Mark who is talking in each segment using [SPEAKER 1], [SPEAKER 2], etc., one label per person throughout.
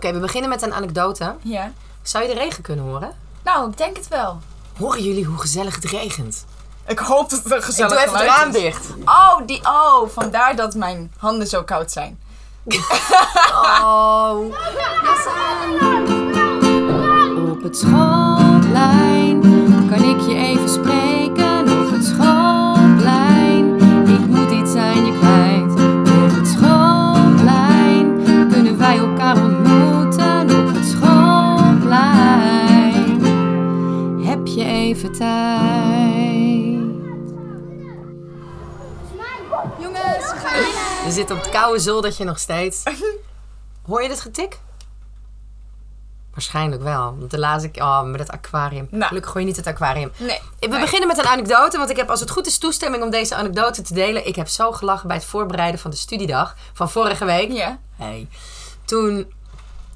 [SPEAKER 1] we beginnen met een anekdote.
[SPEAKER 2] Ja.
[SPEAKER 1] Zou je de regen kunnen horen?
[SPEAKER 2] Nou, ik denk het wel.
[SPEAKER 1] Horen jullie hoe gezellig het regent?
[SPEAKER 2] Ik hoop dat het een
[SPEAKER 1] Ik
[SPEAKER 2] gezellig
[SPEAKER 1] doe even het
[SPEAKER 2] geluid
[SPEAKER 1] raam
[SPEAKER 2] is.
[SPEAKER 1] dicht.
[SPEAKER 2] Oh, die, oh, vandaar dat mijn handen zo koud zijn. Ah.
[SPEAKER 1] Oh.
[SPEAKER 3] Op het schoolplein kan ik je even spreken. Op het schoolplein, ik moet iets aan je kwijt. Op het schoolplein kunnen wij elkaar ontmoeten. Op het schoolplein heb je even tijd.
[SPEAKER 2] Jongens, we gaan.
[SPEAKER 1] Je zit op het koude zoldertje nog steeds. Hoor je dit getik? Waarschijnlijk wel. Want de laatste keer... Oh, met het aquarium.
[SPEAKER 2] Nou.
[SPEAKER 1] Gelukkig gooi je niet het aquarium.
[SPEAKER 2] Nee.
[SPEAKER 1] We beginnen met een anekdote, want ik heb als het goed is toestemming om deze anekdote te delen. Ik heb zo gelachen bij het voorbereiden van de studiedag van vorige week.
[SPEAKER 2] Ja.
[SPEAKER 1] Hey. Toen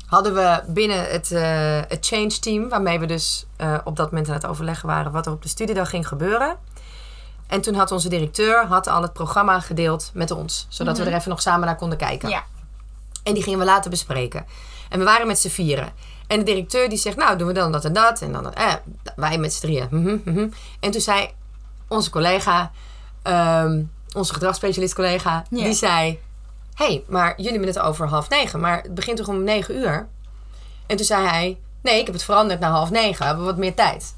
[SPEAKER 1] hadden we binnen het, eh, het change team, waarmee we dus eh, op dat moment aan het overleggen waren wat er op de studiedag ging gebeuren. En toen had onze directeur had al het programma gedeeld met ons, zodat
[SPEAKER 2] Mhm.
[SPEAKER 1] we er even nog samen naar konden kijken.
[SPEAKER 2] Ja.
[SPEAKER 1] En die gingen we later bespreken. En we waren met z'n vieren. En de directeur die zegt, nou doen we dan dat en dat. En dan dat. Eh, wij met z'n drieën. Mhm, mhm. En toen zei onze collega, ehm, onze gedragsspecialist collega,
[SPEAKER 2] Ja.
[SPEAKER 1] die zei... Hé, hey, maar jullie hebben het over half negen, maar het begint toch om negen uur? En toen zei hij, nee, ik heb het veranderd naar half negen, we hebben wat meer tijd.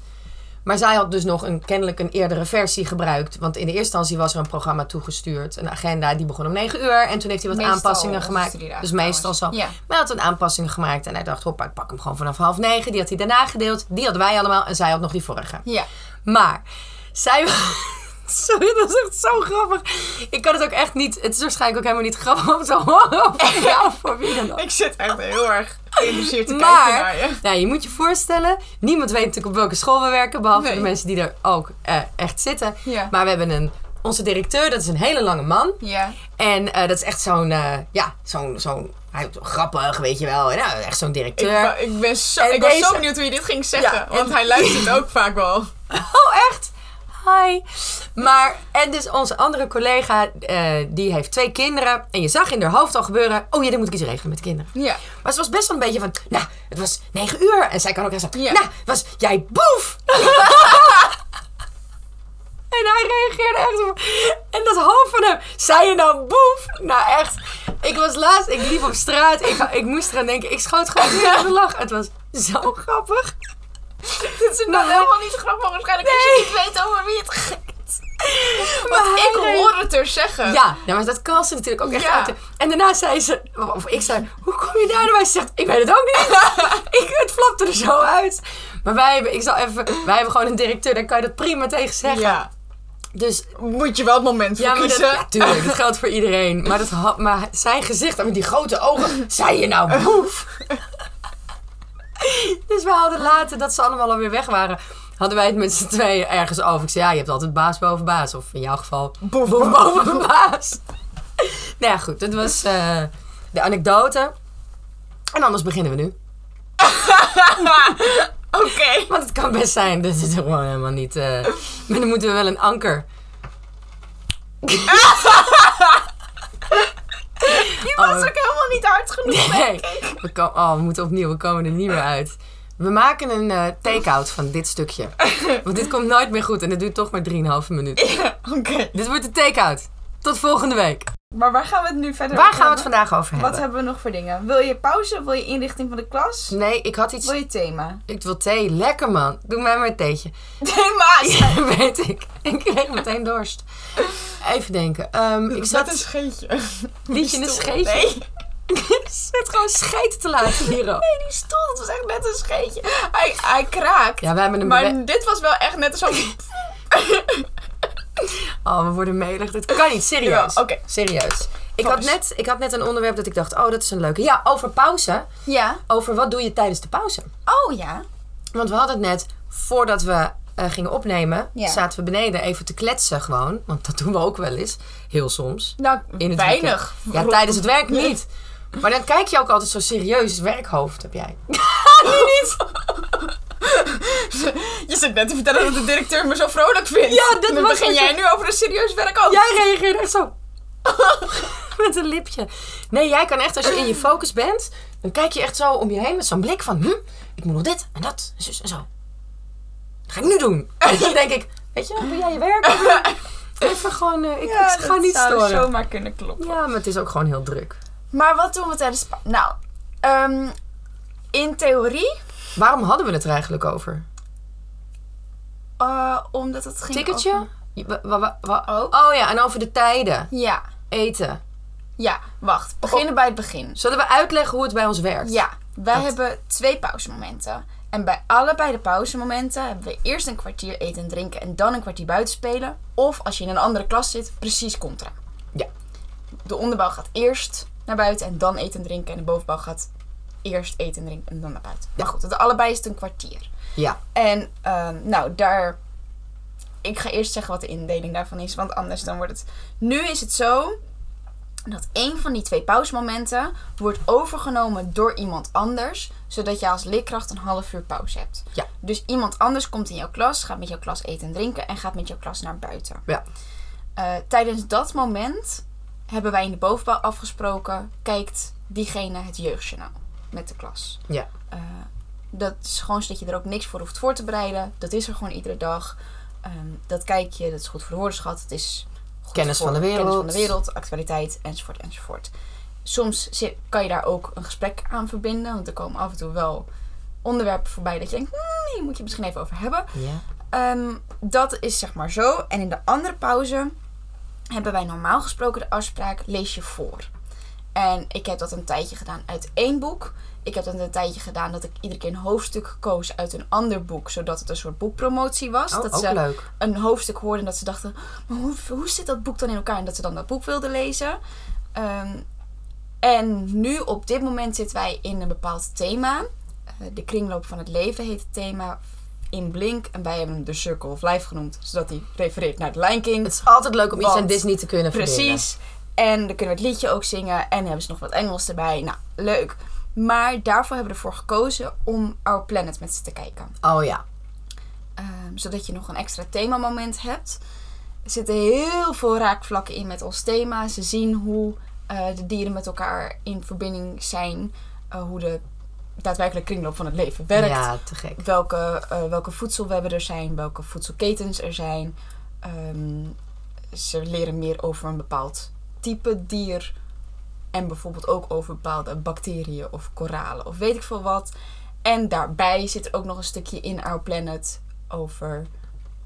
[SPEAKER 1] Maar zij had dus nog een, kennelijk een eerdere versie gebruikt. Want in de eerste instantie was er een programma toegestuurd. Een agenda, die begon om 9 uur. En toen heeft hij wat
[SPEAKER 2] Meestal
[SPEAKER 1] aanpassingen
[SPEAKER 2] onze
[SPEAKER 1] gemaakt.
[SPEAKER 2] studiedagen
[SPEAKER 1] Dus meestal zo.
[SPEAKER 2] trouwens. Ja.
[SPEAKER 1] Maar hij had een aanpassing gemaakt. En hij dacht, hoppa, ik pak hem gewoon vanaf half negen. Die had hij daarna gedeeld. Die hadden wij allemaal. En zij had nog die vorige.
[SPEAKER 2] Ja.
[SPEAKER 1] Maar zij. Sorry, dat is echt zo grappig. Ik kan het ook echt niet. Het is waarschijnlijk ook helemaal niet grappig om te horen. Voor jou, of voor wie dan ook.
[SPEAKER 2] Ik zit echt heel erg geïnteresseerd te kijken
[SPEAKER 1] Maar
[SPEAKER 2] naar je.
[SPEAKER 1] nou, je moet je voorstellen, niemand weet natuurlijk op welke school we werken, behalve
[SPEAKER 2] Nee.
[SPEAKER 1] de mensen die er ook eh, echt zitten.
[SPEAKER 2] Ja.
[SPEAKER 1] Maar we hebben een, onze directeur, dat is een hele lange man.
[SPEAKER 2] Ja.
[SPEAKER 1] En eh, dat is echt zo'n, eh, ja, zo'n, zo'n, hij is grappig, weet je wel. En, nou, echt zo'n
[SPEAKER 2] Ik,
[SPEAKER 1] directeur.
[SPEAKER 2] wa- ik, ben zo,
[SPEAKER 1] En
[SPEAKER 2] ik was
[SPEAKER 1] deze-
[SPEAKER 2] zo benieuwd hoe je dit ging zeggen,
[SPEAKER 1] Ja, en-
[SPEAKER 2] want hij luistert ook vaak wel.
[SPEAKER 1] Oh, echt? Hi. Maar, en dus onze andere collega, eh, die heeft twee kinderen. En je zag in haar hoofd al gebeuren, oh ja, dan moet ik iets regelen met de kinderen.
[SPEAKER 2] Ja.
[SPEAKER 1] Maar ze was best wel een beetje van, nou, het was negen uur. En zij kan ook echt zeggen,
[SPEAKER 2] Ja.
[SPEAKER 1] nou, was jij boef? en hij reageerde echt op, en dat hoofd van hem, zei je nou boef? Nou echt, ik was laatst, ik liep op straat, ik, ik moest eraan denken, ik schoot gewoon weer de lach. Het was zo grappig.
[SPEAKER 2] Dit is nou helemaal niet grappig waarschijnlijk als je niet weet over wie het gaat. Want
[SPEAKER 1] Maar
[SPEAKER 2] ik
[SPEAKER 1] hij-
[SPEAKER 2] hoor het er zeggen.
[SPEAKER 1] Ja, nou, maar dat kan ze natuurlijk ook echt
[SPEAKER 2] Ja.
[SPEAKER 1] uit. En daarna zei ze, of ik zei, hoe kom je daar? En ze zegt, ik weet het ook niet. ik, het flapte er zo uit. Maar wij hebben, ik zal even, wij hebben gewoon een directeur, daar kan je dat prima tegen zeggen.
[SPEAKER 2] Ja.
[SPEAKER 1] Dus
[SPEAKER 2] Moet je wel het moment voor
[SPEAKER 1] ja, maar dat,
[SPEAKER 2] kiezen.
[SPEAKER 1] ja, tuurlijk, dat geldt voor iedereen. Maar, dat, had- maar zijn gezicht, met die grote ogen, zei je nou boef? dus we hadden later, dat ze allemaal alweer weg waren, hadden wij het met z'n tweeën ergens over. Ik zei, ja, je hebt altijd baas boven baas. Of in jouw geval, boef, boven baas. nou ja, goed, dat was eh, de anekdote. En anders beginnen we nu.
[SPEAKER 2] Oké.
[SPEAKER 1] Want het kan best zijn, dat is gewoon helemaal niet... eh, maar dan moeten we wel een anker.
[SPEAKER 2] Je was
[SPEAKER 1] Oh.
[SPEAKER 2] ook helemaal niet hard genoeg.
[SPEAKER 1] Nee. We, ko- oh, we moeten opnieuw, we komen er niet meer uit. We maken een eh, take-out van dit stukje. Want dit komt nooit meer goed en het duurt toch maar 3,5 minuten.
[SPEAKER 2] Oké.
[SPEAKER 1] Dit wordt de take-out. Tot volgende week.
[SPEAKER 2] Maar waar gaan we het nu verder
[SPEAKER 1] Waar
[SPEAKER 2] over
[SPEAKER 1] gaan we het
[SPEAKER 2] hebben?
[SPEAKER 1] vandaag over
[SPEAKER 2] Wat
[SPEAKER 1] hebben?
[SPEAKER 2] hebben we nog voor dingen? Wil je pauze? Wil je inrichting van de klas?
[SPEAKER 1] Nee, ik had
[SPEAKER 2] Wil
[SPEAKER 1] iets.
[SPEAKER 2] je thema?
[SPEAKER 1] Ik wil thee. Lekker man. Doe mij maar een theetje.
[SPEAKER 2] Thema's!
[SPEAKER 1] Weet ik. Ik kreeg meteen dorst. Even denken. Ehm, ik zat
[SPEAKER 2] een scheetje.
[SPEAKER 1] liedje in een scheetje.
[SPEAKER 2] Nee,
[SPEAKER 1] Ik zit gewoon scheet te laten hierop.
[SPEAKER 2] die stoel, dat was echt net een scheetje. Hij, hij kraakt.
[SPEAKER 1] Ja, we hebben een bewe-
[SPEAKER 2] maar dit was wel echt net zo...
[SPEAKER 1] Oh, we worden melig. Dit kan niet. Serieus.
[SPEAKER 2] Ja, oké.
[SPEAKER 1] Serieus. Ik had,
[SPEAKER 2] Pauze.
[SPEAKER 1] net, ik had net een onderwerp dat ik dacht, oh, dat is een leuke. Ja, over pauze.
[SPEAKER 2] Ja.
[SPEAKER 1] Over wat doe je tijdens de pauze?
[SPEAKER 2] Oh ja.
[SPEAKER 1] Want we hadden het net, voordat we eh, gingen opnemen,
[SPEAKER 2] Ja.
[SPEAKER 1] zaten we beneden even te kletsen gewoon. Want dat doen we ook wel eens. Heel soms.
[SPEAKER 2] Nou,
[SPEAKER 1] In het
[SPEAKER 2] weinig.
[SPEAKER 1] weekend. Ja, tijdens het werk niet. Maar dan kijk je ook altijd zo serieus. Werkhoofd heb jij.
[SPEAKER 2] niet. Je zit net te vertellen dat de directeur me zo vrolijk vindt.
[SPEAKER 1] Ja, dat
[SPEAKER 2] Dan
[SPEAKER 1] was
[SPEAKER 2] begin
[SPEAKER 1] wat
[SPEAKER 2] jij
[SPEAKER 1] je-
[SPEAKER 2] nu over een serieus werk ook.
[SPEAKER 1] Jij reageert echt zo. Met een lipje. Nee, jij kan echt als je in je focus bent. Dan kijk je echt zo om je heen met zo'n blik van... Hm, ik moet nog dit en dat en zus en zo. Dat ga ik nu doen. En dan denk ik... Weet je, doe jij je werk? Even gewoon... eh, ik, ik ga niet
[SPEAKER 2] zou
[SPEAKER 1] storen.
[SPEAKER 2] zomaar kunnen kloppen.
[SPEAKER 1] Ja, maar het is ook gewoon heel druk.
[SPEAKER 2] Maar wat doen we tijdens... pa- Nou, ehm, in theorie,
[SPEAKER 1] Waarom hadden we het er eigenlijk over?
[SPEAKER 2] eh, omdat het ging
[SPEAKER 1] Ticketje?
[SPEAKER 2] over-
[SPEAKER 1] Je- wa- wa- wa- wa-
[SPEAKER 2] Oh.
[SPEAKER 1] Oh ja, en over de tijden.
[SPEAKER 2] Ja,
[SPEAKER 1] Eten.
[SPEAKER 2] ja. Wacht, beginnen bij het begin.
[SPEAKER 1] Zullen we uitleggen hoe het bij ons werkt?
[SPEAKER 2] Ja, wij
[SPEAKER 1] Dat-
[SPEAKER 2] hebben twee pauzemomenten. En bij allebei de pauzemomenten hebben we eerst een kwartier eten en drinken en dan een kwartier buiten spelen. Of als je in een andere klas zit, precies contra.
[SPEAKER 1] Ja.
[SPEAKER 2] De onderbouw gaat eerst naar buiten en dan eten en drinken. En de bovenbouw gaat eerst eten en drinken en dan naar buiten. Maar goed, het allebei is het een kwartier.
[SPEAKER 1] Ja.
[SPEAKER 2] En ehm, nou, daar. Ik ga eerst zeggen wat de indeling daarvan is, want anders dan wordt het. Nu is het zo dat één van die twee pauzemomenten wordt overgenomen door iemand anders, zodat je als leerkracht een half uur pauze hebt.
[SPEAKER 1] Ja.
[SPEAKER 2] Dus iemand anders komt in jouw klas, gaat met jouw klas eten en drinken en gaat met jouw klas naar buiten.
[SPEAKER 1] Ja.
[SPEAKER 2] Eh, tijdens dat moment hebben wij in de bovenbouw afgesproken, kijkt diegene het jeugdjournaal met de klas.
[SPEAKER 1] Ja.
[SPEAKER 2] Eh, dat is gewoon zodat je er ook niks voor hoeft voor te bereiden. Dat is er gewoon iedere dag. Ehm, dat kijk je, dat is goed voor de woordenschat. Het is goed
[SPEAKER 1] Kennis
[SPEAKER 2] voor
[SPEAKER 1] van de
[SPEAKER 2] kennis van
[SPEAKER 1] wereld.
[SPEAKER 2] de wereld, actualiteit, enzovoort, enzovoort. Soms zi- kan je daar ook een gesprek aan verbinden. Want er komen af en toe wel onderwerpen voorbij dat je denkt... Hmm, hier moet je het misschien even over hebben.
[SPEAKER 1] Ja.
[SPEAKER 2] Ehm, dat is zeg maar zo. En in de andere pauze hebben wij normaal gesproken de afspraak lees je voor. En ik heb dat een tijdje gedaan uit één boek. Ik heb dat een tijdje gedaan dat ik iedere keer een hoofdstuk koos uit een ander boek. Zodat het een soort boekpromotie was.
[SPEAKER 1] Oh,
[SPEAKER 2] dat eh,
[SPEAKER 1] ook
[SPEAKER 2] ze
[SPEAKER 1] leuk.
[SPEAKER 2] een hoofdstuk hoorden en dat ze dachten... Maar hoe, hoe zit dat boek dan in elkaar? En dat ze dan dat boek wilden lezen. Ehm, en nu op dit moment zitten wij in een bepaald thema. Eh, de kringloop van het leven heet het thema in Blink. En wij hebben hem de Circle of Life genoemd. Zodat hij refereert naar de Lion King.
[SPEAKER 1] Het is altijd leuk om iets
[SPEAKER 2] Want-
[SPEAKER 1] aan Disney te kunnen verbinden.
[SPEAKER 2] Precies. En dan kunnen we het liedje ook zingen. En hebben ze nog wat Engels erbij. Nou, leuk. Maar daarvoor hebben we ervoor gekozen om Our Planet met ze te kijken.
[SPEAKER 1] Oh ja.
[SPEAKER 2] Ehm, zodat je nog een extra themamoment hebt. Er zitten heel veel raakvlakken in met ons thema. Ze zien hoe eh, de dieren met elkaar in verbinding zijn. eh, hoe de daadwerkelijk kringloop van het leven werkt.
[SPEAKER 1] Ja, te gek.
[SPEAKER 2] Welke, eh, welke voedselwebben er zijn, welke voedselketens er zijn. Ehm, ze leren meer over een bepaald type dier. En bijvoorbeeld ook over bepaalde bacteriën of koralen of weet ik veel wat. En daarbij zit er ook nog een stukje in Our Planet over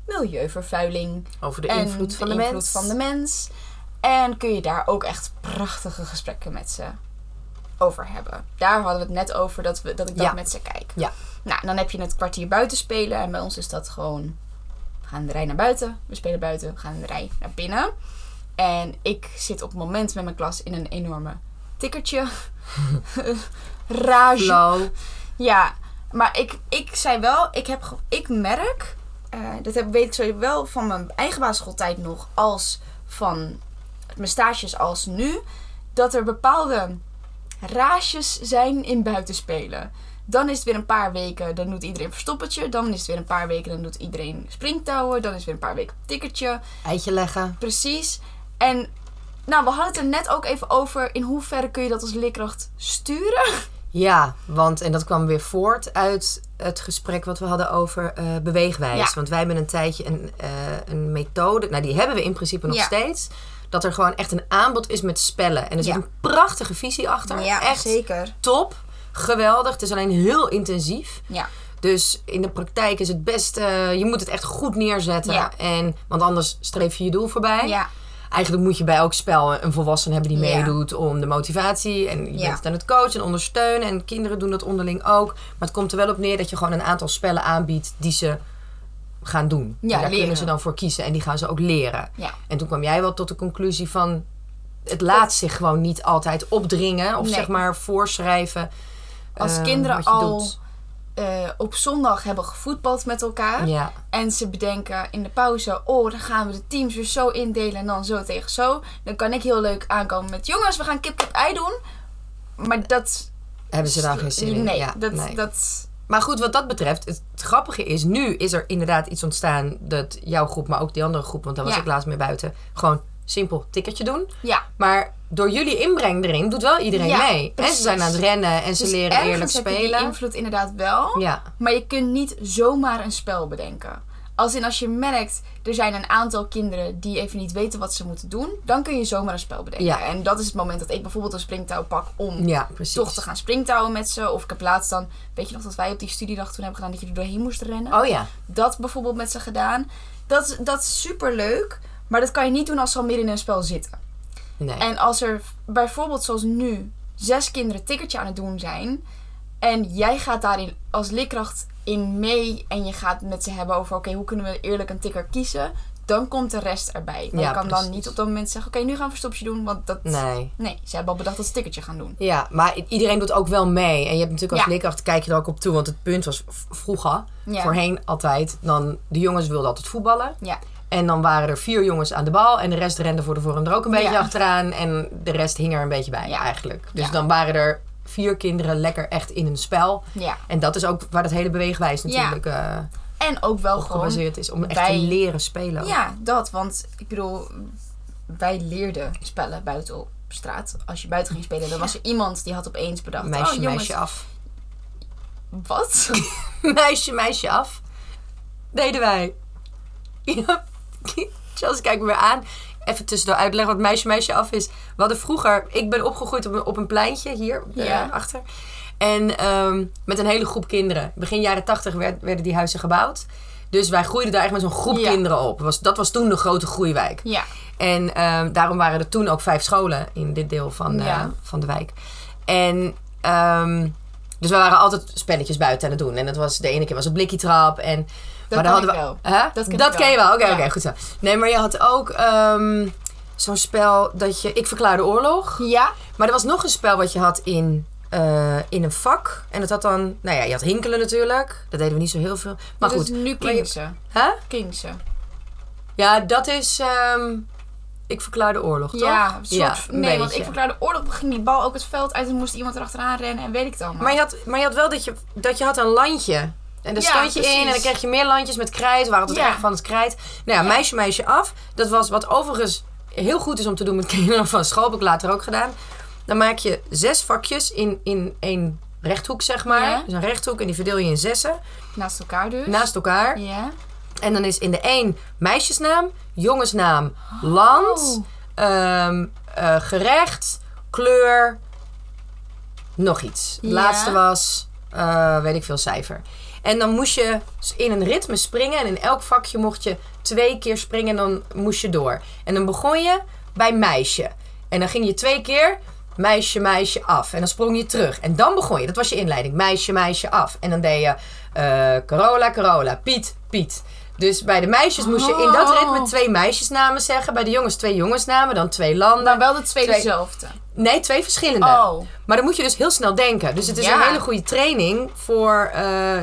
[SPEAKER 2] milieuvervuiling.
[SPEAKER 1] Over de
[SPEAKER 2] en
[SPEAKER 1] invloed van de,
[SPEAKER 2] invloed
[SPEAKER 1] mens.
[SPEAKER 2] van de mens. En kun je daar ook echt prachtige gesprekken met ze over hebben. Daar hadden we het net over dat, we, dat ik dat
[SPEAKER 1] Ja.
[SPEAKER 2] met ze kijk.
[SPEAKER 1] Ja.
[SPEAKER 2] Nou, dan heb je het kwartier buiten spelen. En bij ons is dat gewoon... We gaan de rij naar buiten. We spelen buiten. We gaan de rij naar binnen. En ik zit op het moment met mijn klas in een enorme tikkertje. Rage.
[SPEAKER 1] Flow.
[SPEAKER 2] Ja, maar ik, ik zei wel, ik, heb, ge- ik merk, eh, dat heb, weet ik zo wel van mijn eigen basisschooltijd nog, als van mijn stages als nu, dat er bepaalde raasjes zijn in buitenspelen. Dan is het weer een paar weken, dan doet iedereen verstoppertje. Dan is het weer een paar weken, dan doet iedereen springtouwen. Dan is het weer een paar weken tikkertje.
[SPEAKER 1] Eitje leggen.
[SPEAKER 2] Precies. En nou, we hadden het er net ook even over in hoeverre kun je dat als leerkracht sturen.
[SPEAKER 1] Ja, want, en dat kwam weer voort uit het gesprek wat we hadden over eh, beweegwijs.
[SPEAKER 2] Ja.
[SPEAKER 1] Want wij hebben een tijdje een, eh, een methode, nou die hebben we in principe nog
[SPEAKER 2] Ja.
[SPEAKER 1] steeds. Dat er gewoon echt een aanbod is met spellen. En er zit
[SPEAKER 2] Ja.
[SPEAKER 1] een prachtige visie achter. echt
[SPEAKER 2] zeker.
[SPEAKER 1] top. Geweldig. Het is alleen heel intensief.
[SPEAKER 2] Ja.
[SPEAKER 1] Dus in de praktijk is het best, eh, je moet het echt goed neerzetten.
[SPEAKER 2] Ja.
[SPEAKER 1] En, want anders streef je je doel voorbij.
[SPEAKER 2] Ja,
[SPEAKER 1] Eigenlijk moet je bij elk spel een volwassene hebben die
[SPEAKER 2] Ja.
[SPEAKER 1] meedoet om de motivatie. En je
[SPEAKER 2] Ja.
[SPEAKER 1] bent het aan het coachen en ondersteunen. En kinderen doen dat onderling ook. Maar het komt er wel op neer dat je gewoon een aantal spellen aanbiedt die ze gaan doen. En daar
[SPEAKER 2] leren.
[SPEAKER 1] kunnen ze dan voor kiezen en die gaan ze ook leren.
[SPEAKER 2] ja.
[SPEAKER 1] En toen kwam jij wel tot de conclusie van... het laat zich gewoon niet altijd opdringen of
[SPEAKER 2] Nee.
[SPEAKER 1] zeg maar voorschrijven.
[SPEAKER 2] Als
[SPEAKER 1] eh,
[SPEAKER 2] kinderen
[SPEAKER 1] wat je
[SPEAKER 2] al
[SPEAKER 1] doet.
[SPEAKER 2] eh, op zondag hebben gevoetbald met elkaar.
[SPEAKER 1] Ja,
[SPEAKER 2] En ze bedenken in de pauze, oh, dan gaan we de teams weer zo indelen en dan zo tegen zo. Dan kan ik heel leuk aankomen met, jongens, we gaan kip kip ei doen. Maar dat...
[SPEAKER 1] hebben ze daar geen zin in.
[SPEAKER 2] Nee,
[SPEAKER 1] Ja,
[SPEAKER 2] dat,
[SPEAKER 1] nee.
[SPEAKER 2] dat...
[SPEAKER 1] Maar goed, wat dat betreft, het, het grappige is, nu is er inderdaad iets ontstaan dat jouw groep, maar ook die andere groep, want daar was
[SPEAKER 2] Ja.
[SPEAKER 1] ik laatst mee buiten, gewoon simpel ticketje doen.
[SPEAKER 2] Ja.
[SPEAKER 1] Maar door jullie inbreng erin doet wel iedereen
[SPEAKER 2] Ja,
[SPEAKER 1] mee. En ze
[SPEAKER 2] precies.
[SPEAKER 1] zijn aan het rennen en ze
[SPEAKER 2] Dus
[SPEAKER 1] leren eerlijk
[SPEAKER 2] ergens heb je die
[SPEAKER 1] spelen.
[SPEAKER 2] invloed inderdaad wel.
[SPEAKER 1] Ja,
[SPEAKER 2] Maar je kunt niet zomaar een spel bedenken. Als in als je merkt, er zijn een aantal kinderen die even niet weten wat ze moeten doen, dan kun je zomaar een spel bedenken.
[SPEAKER 1] Ja.
[SPEAKER 2] En dat is het moment dat ik bijvoorbeeld een springtouw pak om
[SPEAKER 1] ja, precies.
[SPEAKER 2] toch te gaan springtouwen met ze. Of ik heb laatst dan, weet je nog dat wij op die studiedag toen hebben gedaan dat je er doorheen moest rennen?
[SPEAKER 1] Oh ja,
[SPEAKER 2] Dat bijvoorbeeld met ze gedaan. Dat, is- dat is super leuk, maar dat kan je niet doen als ze al midden in een spel zitten.
[SPEAKER 1] nee.
[SPEAKER 2] En als er bijvoorbeeld zoals nu zes kinderen tikkertje aan het doen zijn. En jij gaat daarin als leerkracht in mee en je gaat met ze hebben over oké, hoe kunnen we eerlijk een tikker kiezen. Dan komt de rest erbij. Maar
[SPEAKER 1] Ja,
[SPEAKER 2] je kan
[SPEAKER 1] precies.
[SPEAKER 2] dan niet op dat moment zeggen oké, nu gaan we verstopje doen. Want dat.
[SPEAKER 1] Nee.
[SPEAKER 2] Nee, ze hebben al bedacht dat ze tikkertje gaan doen.
[SPEAKER 1] Ja, maar i- iedereen doet ook wel mee. En je hebt natuurlijk als
[SPEAKER 2] Ja.
[SPEAKER 1] leerkracht, kijk je er ook op toe. Want het punt was v- vroeger,
[SPEAKER 2] Ja.
[SPEAKER 1] voorheen altijd, dan de jongens wilden altijd voetballen.
[SPEAKER 2] Ja.
[SPEAKER 1] En dan waren er vier jongens aan de bal. En de rest rende voor de vorm er ook een beetje
[SPEAKER 2] Ja.
[SPEAKER 1] achteraan. En de rest hing er een beetje bij
[SPEAKER 2] Ja.
[SPEAKER 1] eigenlijk. Dus
[SPEAKER 2] Ja.
[SPEAKER 1] dan waren er vier kinderen lekker echt in een spel.
[SPEAKER 2] Ja.
[SPEAKER 1] En dat is ook waar dat hele beweegwijs
[SPEAKER 2] Ja.
[SPEAKER 1] natuurlijk eh,
[SPEAKER 2] En ook wel
[SPEAKER 1] op
[SPEAKER 2] gewoon.
[SPEAKER 1] gebaseerd is. Om echt te
[SPEAKER 2] wij-
[SPEAKER 1] leren spelen. ook.
[SPEAKER 2] Ja, dat. Want ik bedoel, wij leerden spellen buiten op straat. Als je buiten ging spelen, dan was er iemand die had opeens bedacht.
[SPEAKER 1] Meisje,
[SPEAKER 2] oh, jongens,
[SPEAKER 1] meisje af.
[SPEAKER 2] Wat?
[SPEAKER 1] Meisje, meisje af. Deden wij. Ja. Charles, kijk me weer aan. Even tussendoor uitleggen wat meisje, meisje af is. We hadden vroeger... Ik ben opgegroeid op een, op een pleintje hier eh,
[SPEAKER 2] Ja.
[SPEAKER 1] achter. En ehm, met een hele groep kinderen. Begin jaren tachtig werden die huizen gebouwd. Dus wij groeiden daar echt met zo'n groep
[SPEAKER 2] Ja.
[SPEAKER 1] kinderen op. Was, dat was toen de grote groeiwijk.
[SPEAKER 2] Ja.
[SPEAKER 1] En ehm, daarom waren er toen ook vijf scholen in dit deel van, eh,
[SPEAKER 2] Ja.
[SPEAKER 1] van de wijk. En ehm, dus we waren altijd spelletjes buiten aan het doen. En dat was, de ene keer was het blikkietrap. En,
[SPEAKER 2] Dat
[SPEAKER 1] dan
[SPEAKER 2] kan ik
[SPEAKER 1] we, Hè?
[SPEAKER 2] Dat ken
[SPEAKER 1] dat
[SPEAKER 2] ik
[SPEAKER 1] ken je
[SPEAKER 2] wel.
[SPEAKER 1] wel. Oké,
[SPEAKER 2] Ja.
[SPEAKER 1] oké, goed zo. Nee, maar je had ook ehm, zo'n spel dat je... Ik verklaar de oorlog.
[SPEAKER 2] Ja.
[SPEAKER 1] Maar er was nog een spel wat je had in, eh, in een vak. En dat had dan... Nou ja, je had hinkelen natuurlijk. Dat deden we niet zo heel veel. Maar
[SPEAKER 2] dat
[SPEAKER 1] goed.
[SPEAKER 2] is dus nu
[SPEAKER 1] Maar je-
[SPEAKER 2] Kingse.
[SPEAKER 1] Hè?
[SPEAKER 2] Kingse.
[SPEAKER 1] Ja, dat is... ehm, ik verklaar de oorlog, toch?
[SPEAKER 2] Ja, een soort,
[SPEAKER 1] een
[SPEAKER 2] nee, want
[SPEAKER 1] beetje.
[SPEAKER 2] ik verklaarde oorlog, ging die bal ook het veld uit en moest iemand erachteraan rennen en weet ik het allemaal.
[SPEAKER 1] Maar je had, maar je had wel dat je, dat je had een landje. En daar
[SPEAKER 2] Ja,
[SPEAKER 1] stond je in en dan
[SPEAKER 2] precies.
[SPEAKER 1] kreeg je meer landjes met krijt. We waren het
[SPEAKER 2] Ja.
[SPEAKER 1] echt van het krijt. Nou ja, meisje, meisje af. Dat was wat overigens heel goed is om te doen met kinderen van school. Heb ik later ook gedaan. Dan maak je zes vakjes in, in één rechthoek, zeg maar.
[SPEAKER 2] Ja.
[SPEAKER 1] Dus een rechthoek en die verdeel je in zessen.
[SPEAKER 2] Naast elkaar dus.
[SPEAKER 1] Naast elkaar.
[SPEAKER 2] Ja.
[SPEAKER 1] En dan is in de één meisjesnaam, jongensnaam, land,
[SPEAKER 2] Oh.
[SPEAKER 1] ehm, eh, gerecht, kleur, nog iets. Het
[SPEAKER 2] Ja.
[SPEAKER 1] laatste was, eh, weet ik veel, cijfer. En dan moest je in een ritme springen en in elk vakje mocht je twee keer springen en dan moest je door. En dan begon je bij meisje. En dan ging je twee keer meisje, meisje af. En dan sprong je terug. En dan begon je, dat was je inleiding, meisje, meisje af. En dan deed je eh, Carola, Carola, Piet, Piet. Dus bij de meisjes moest je in dat
[SPEAKER 2] Oh.
[SPEAKER 1] ritme twee meisjesnamen zeggen. Bij de jongens twee jongensnamen, dan twee landen.
[SPEAKER 2] Dan wel de twee,
[SPEAKER 1] Twee.
[SPEAKER 2] dezelfde.
[SPEAKER 1] Nee, twee verschillende.
[SPEAKER 2] Oh.
[SPEAKER 1] Maar dan moet je dus heel snel denken. Dus het is
[SPEAKER 2] Ja. Oh,
[SPEAKER 1] een hele goede training voor, eh,